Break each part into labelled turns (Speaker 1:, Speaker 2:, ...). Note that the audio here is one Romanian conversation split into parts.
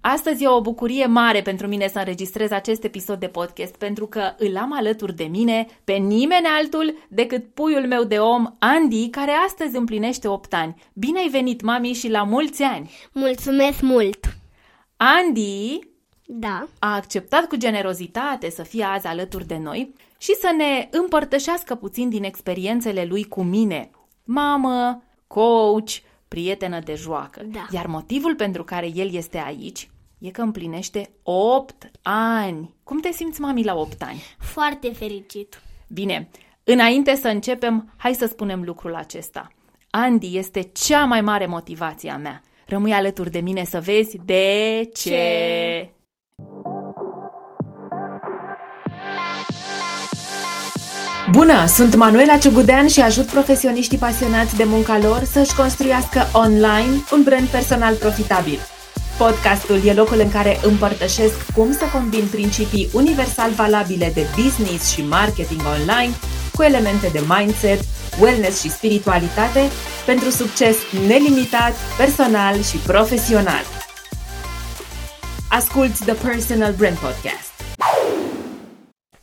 Speaker 1: Astăzi e o bucurie mare pentru mine să înregistrez acest episod de podcast, pentru că îl am alături de mine pe nimeni altul decât puiul meu de om, Andy, care astăzi împlinește 8 ani. Bine ai venit, mami, și la mulți ani!
Speaker 2: Mulțumesc mult!
Speaker 1: Andy
Speaker 2: Da,
Speaker 1: a acceptat cu generozitate să fie azi alături de noi și să ne împărtășească puțin din experiențele lui cu mine, mamă, coach, prietenă de joacă.
Speaker 2: Da.
Speaker 1: Iar motivul pentru care el este aici e că împlinește 8 ani. Cum te simți, mami, la 8 ani?
Speaker 2: foarte fericit.
Speaker 1: Bine, înainte să începem, hai să spunem lucrul acesta. Andy este cea mai mare motivație a mea. Rămâi alături de mine să vezi de ce.
Speaker 2: Ce?
Speaker 3: Bună, sunt Manuela Ciugudean și ajut profesioniștii pasionați de munca lor să-și construiască online un brand personal profitabil. Podcastul e locul în care împărtășesc cum să combin principii universal valabile de business și marketing online cu elemente de mindset, wellness și spiritualitate pentru succes nelimitat, personal și profesional. Asculți The Personal Brand Podcast.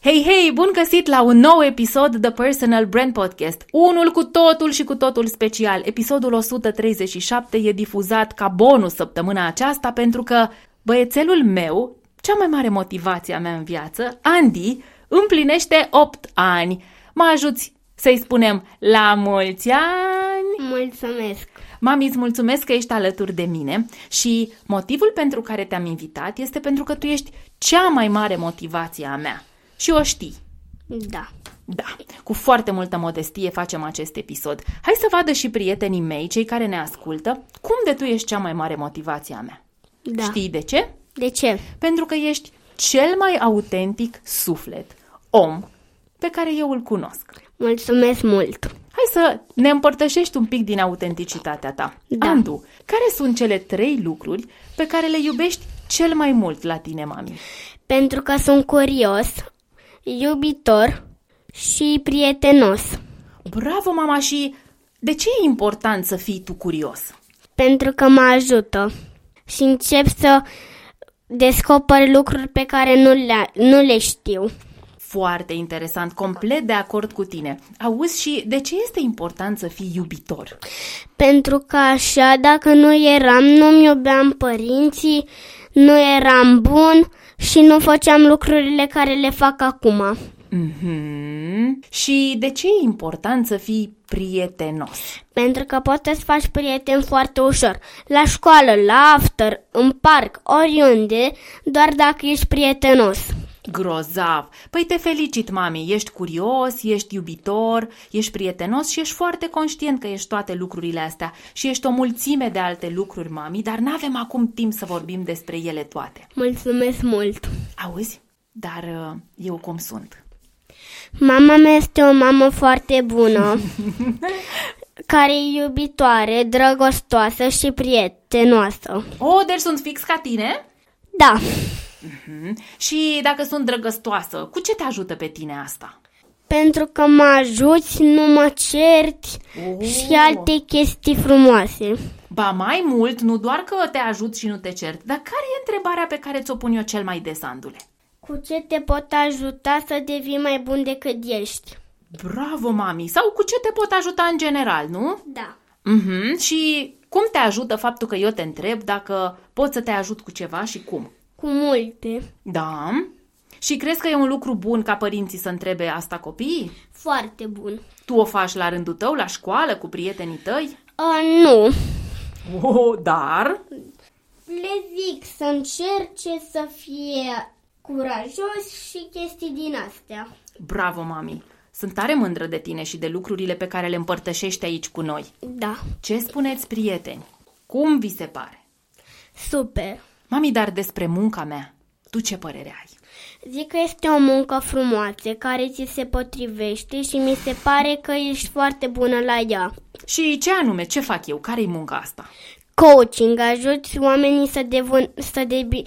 Speaker 1: Hei, hei, bun găsit la un nou episod The Personal Brand Podcast, unul cu totul și cu totul special. Episodul 137 e difuzat ca bonus săptămâna aceasta pentru că băiețelul meu, cea mai mare motivație a mea în viață, Andy, împlinește 8 ani. Mă ajuți să-i spunem la mulți ani!
Speaker 2: Mulțumesc!
Speaker 1: Mami, îți mulțumesc că ești alături de mine și motivul pentru care te-am invitat este pentru că tu ești cea mai mare motivație a mea. Și o știi.
Speaker 2: Da.
Speaker 1: Da, cu foarte multă modestie facem acest episod. Hai să vadă și prietenii mei, cei care ne ascultă, cum de tu ești cea mai mare motivație a mea.
Speaker 2: Da.
Speaker 1: Știi de ce?
Speaker 2: De ce?
Speaker 1: Pentru că ești cel mai autentic suflet, om, pe care eu îl cunosc.
Speaker 2: Mulțumesc mult!
Speaker 1: Hai să ne împărtășești un pic din autenticitatea ta.
Speaker 2: Da.
Speaker 1: Andu, care sunt cele trei lucruri pe care le iubești cel mai mult la tine, mami?
Speaker 2: Pentru că sunt curios, iubitor și prietenos.
Speaker 1: Bravo, mama, și de ce e important să fii tu curios?
Speaker 2: Pentru că mă ajută și încep să descoper lucruri pe care nu le, nu le știu.
Speaker 1: Foarte interesant, complet de acord cu tine. Auzi și de ce este important să fii iubitor?
Speaker 2: Pentru că așa, dacă nu eram, nu-mi iubeam părinții, nu eram bun și nu făceam lucrurile care le fac acum.
Speaker 1: Mhm. Și de ce e important să fii prietenos?
Speaker 2: Pentru că poți să-ți faci prieteni foarte ușor. La școală, la after, în parc, oriunde, doar dacă ești prietenos.
Speaker 1: Grozav! Păi te felicit, mami, ești curios, ești iubitor, ești prietenos și ești foarte conștient că ești toate lucrurile astea și ești o mulțime de alte lucruri, mami, dar n-avem acum timp să vorbim despre ele toate.
Speaker 2: Mulțumesc mult!
Speaker 1: Auzi? Dar uh, eu cum sunt?
Speaker 2: Mama mea este o mamă foarte bună, care e iubitoare, drăgostoasă și prietenoasă.
Speaker 1: O, deci sunt fix ca tine?
Speaker 2: Da,
Speaker 1: Și dacă sunt drăgăstoasă, cu ce te ajută pe tine asta?
Speaker 2: pentru că mă ajuți, nu mă certi și alte chestii frumoase.
Speaker 1: Ba mai mult, nu doar că te ajut și nu te cert, dar care e întrebarea pe care ți-o pun eu cel mai des, Andule?
Speaker 2: Cu ce te pot ajuta să devii mai bun decât ești?
Speaker 1: Bravo, mami! Sau cu ce te pot ajuta în general, nu?
Speaker 2: Da.
Speaker 1: Mhm. Și cum te ajută faptul că eu te întreb dacă pot să te ajut cu ceva și cum?
Speaker 2: Cu multe.
Speaker 1: Da. Și crezi că e un lucru bun ca părinții să întrebe asta copiii?
Speaker 2: Foarte bun.
Speaker 1: Tu o faci la rândul tău, la școală, cu prietenii tăi?
Speaker 2: A, nu.
Speaker 1: Oh, dar...
Speaker 2: Le zic să încerce să fie curajos și chestii din astea.
Speaker 1: Bravo, mami! Sunt tare mândră de tine și de lucrurile pe care le împărtășești aici cu noi.
Speaker 2: Da.
Speaker 1: Ce spuneți, prieteni? Cum vi se pare?
Speaker 2: Super.
Speaker 1: Mami, dar despre munca mea, tu ce părere ai?
Speaker 2: Zic că este o muncă frumoasă care ți se potrivește și mi se pare că ești foarte bună la ea.
Speaker 1: Și ce anume, ce fac eu? Care-i munca asta?
Speaker 2: Coaching, ajuți oamenii să, devin, să, debi,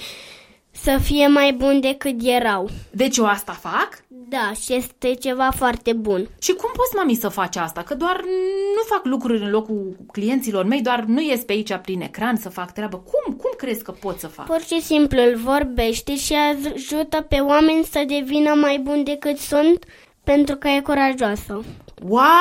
Speaker 2: să fie mai buni decât erau.
Speaker 1: Deci eu asta fac?
Speaker 2: Da, și este ceva foarte bun.
Speaker 1: Și cum poți, mami, să faci asta? Că doar nu fac lucruri în locul clienților mei, doar nu ies pe aici prin ecran să fac treabă. Cum, cum crezi că pot să fac?
Speaker 2: Pur și simplu îl vorbește și ajută pe oameni să devină mai buni decât sunt pentru că e curajoasă.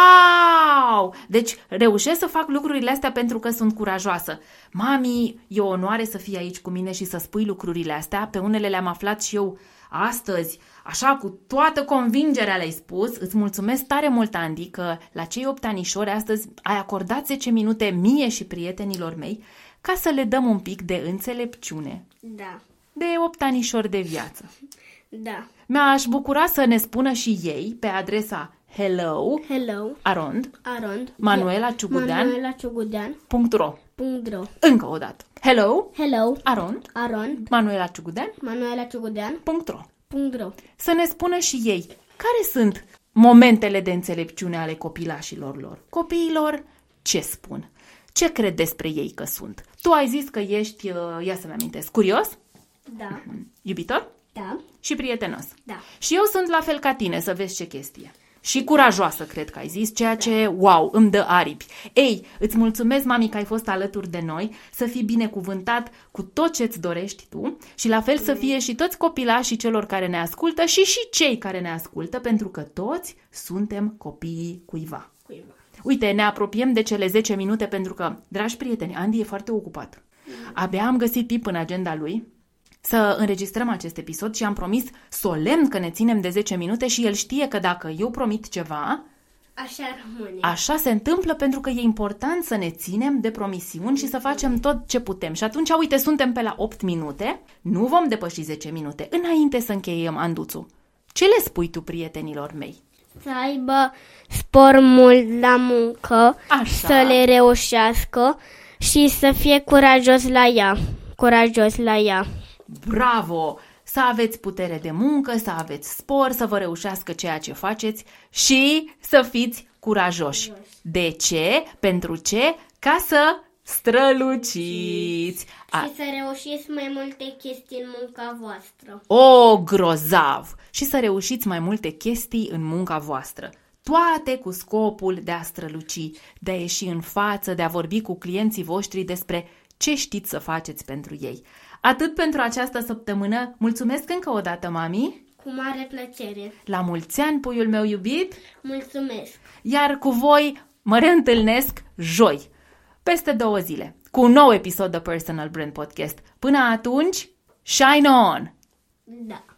Speaker 1: Wow! Deci reușesc să fac lucrurile astea pentru că sunt curajoasă. Mami, e o onoare să fii aici cu mine și să spui lucrurile astea. Pe unele le-am aflat și eu astăzi. Așa, cu toată convingerea le-ai spus. Îți mulțumesc tare mult, Andy, că la cei 8 anișori astăzi ai acordat 10 minute mie și prietenilor mei ca să le dăm un pic de înțelepciune,
Speaker 2: Da,
Speaker 1: de 8 anișori de viață.
Speaker 2: da.
Speaker 1: Mi-aș bucura să ne spună și ei pe adresa hello
Speaker 2: Hello,
Speaker 1: arond
Speaker 2: Arond.
Speaker 1: Manuela Ciugudean.
Speaker 2: Manuela Ciugudean.
Speaker 1: .ro
Speaker 2: punct ro.
Speaker 1: Încă o dată. Hello,
Speaker 2: Hello,
Speaker 1: arond,
Speaker 2: Arond.
Speaker 1: Manuela Ciugudean,
Speaker 2: Manuela Ciugudean.
Speaker 1: .ro
Speaker 2: punct ro.
Speaker 1: Să ne spună și ei care sunt momentele de înțelepciune ale copilașilor lor. Copiilor, ce spun? Ce cred despre ei că sunt? Tu ai zis că ești, uh, ia să-mi amintesc, curios,
Speaker 2: Da,
Speaker 1: iubitor
Speaker 2: da,
Speaker 1: și prietenos.
Speaker 2: da.
Speaker 1: Și eu sunt la fel ca tine, să vezi ce chestie. Și curajoasă, cred că ai zis, ceea ce, wow, îmi dă aripi. Ei, îți mulțumesc, mami, că ai fost alături de noi, să fii binecuvântat cu tot ce-ți dorești tu și la fel să fie și toți copilașii celor care ne ascultă și și cei care ne ascultă, pentru că toți suntem copiii cuiva.
Speaker 2: Cuiva.
Speaker 1: Uite, ne apropiem de cele 10 minute pentru că, dragi prieteni, Andy e foarte ocupat. Abia am găsit timp în agenda lui să înregistrăm acest episod și am promis solemn că ne ținem de 10 minute și el știe că dacă eu promit ceva,
Speaker 2: Așa rămâne.
Speaker 1: așa se întâmplă pentru că e important să ne ținem de promisiuni și să facem tot ce putem. Și atunci, uite, suntem pe la 8 minute, nu vom depăși 10 minute, înainte să încheiem, Anduțu. Ce le spui tu prietenilor mei?
Speaker 2: Să aibă spor mult la muncă,
Speaker 1: Așa.
Speaker 2: să le reușească și să fie curajos la ea. Curajos la ea.
Speaker 1: Bravo! Să aveți putere de muncă, să aveți spor, să vă reușească ceea ce faceți și să fiți curajoși. De ce? Pentru ce? Ca să străluciți! A-
Speaker 2: să reușiți mai multe chestii în munca voastră.
Speaker 1: o, grozav! Și să reușiți mai multe chestii în munca voastră. Toate cu scopul de a străluci, de a ieși în față, de a vorbi cu clienții voștri despre ce știți să faceți pentru ei. Atât pentru această săptămână. Mulțumesc încă o dată, mami!
Speaker 2: Cu mare plăcere.
Speaker 1: La mulți ani, puiul meu iubit,
Speaker 2: Mulțumesc.
Speaker 1: iar cu voi mă reîntâlnesc joi, peste două zile, cu un nou episod de Personal Brand Podcast. Până atunci, shine on!
Speaker 2: Da.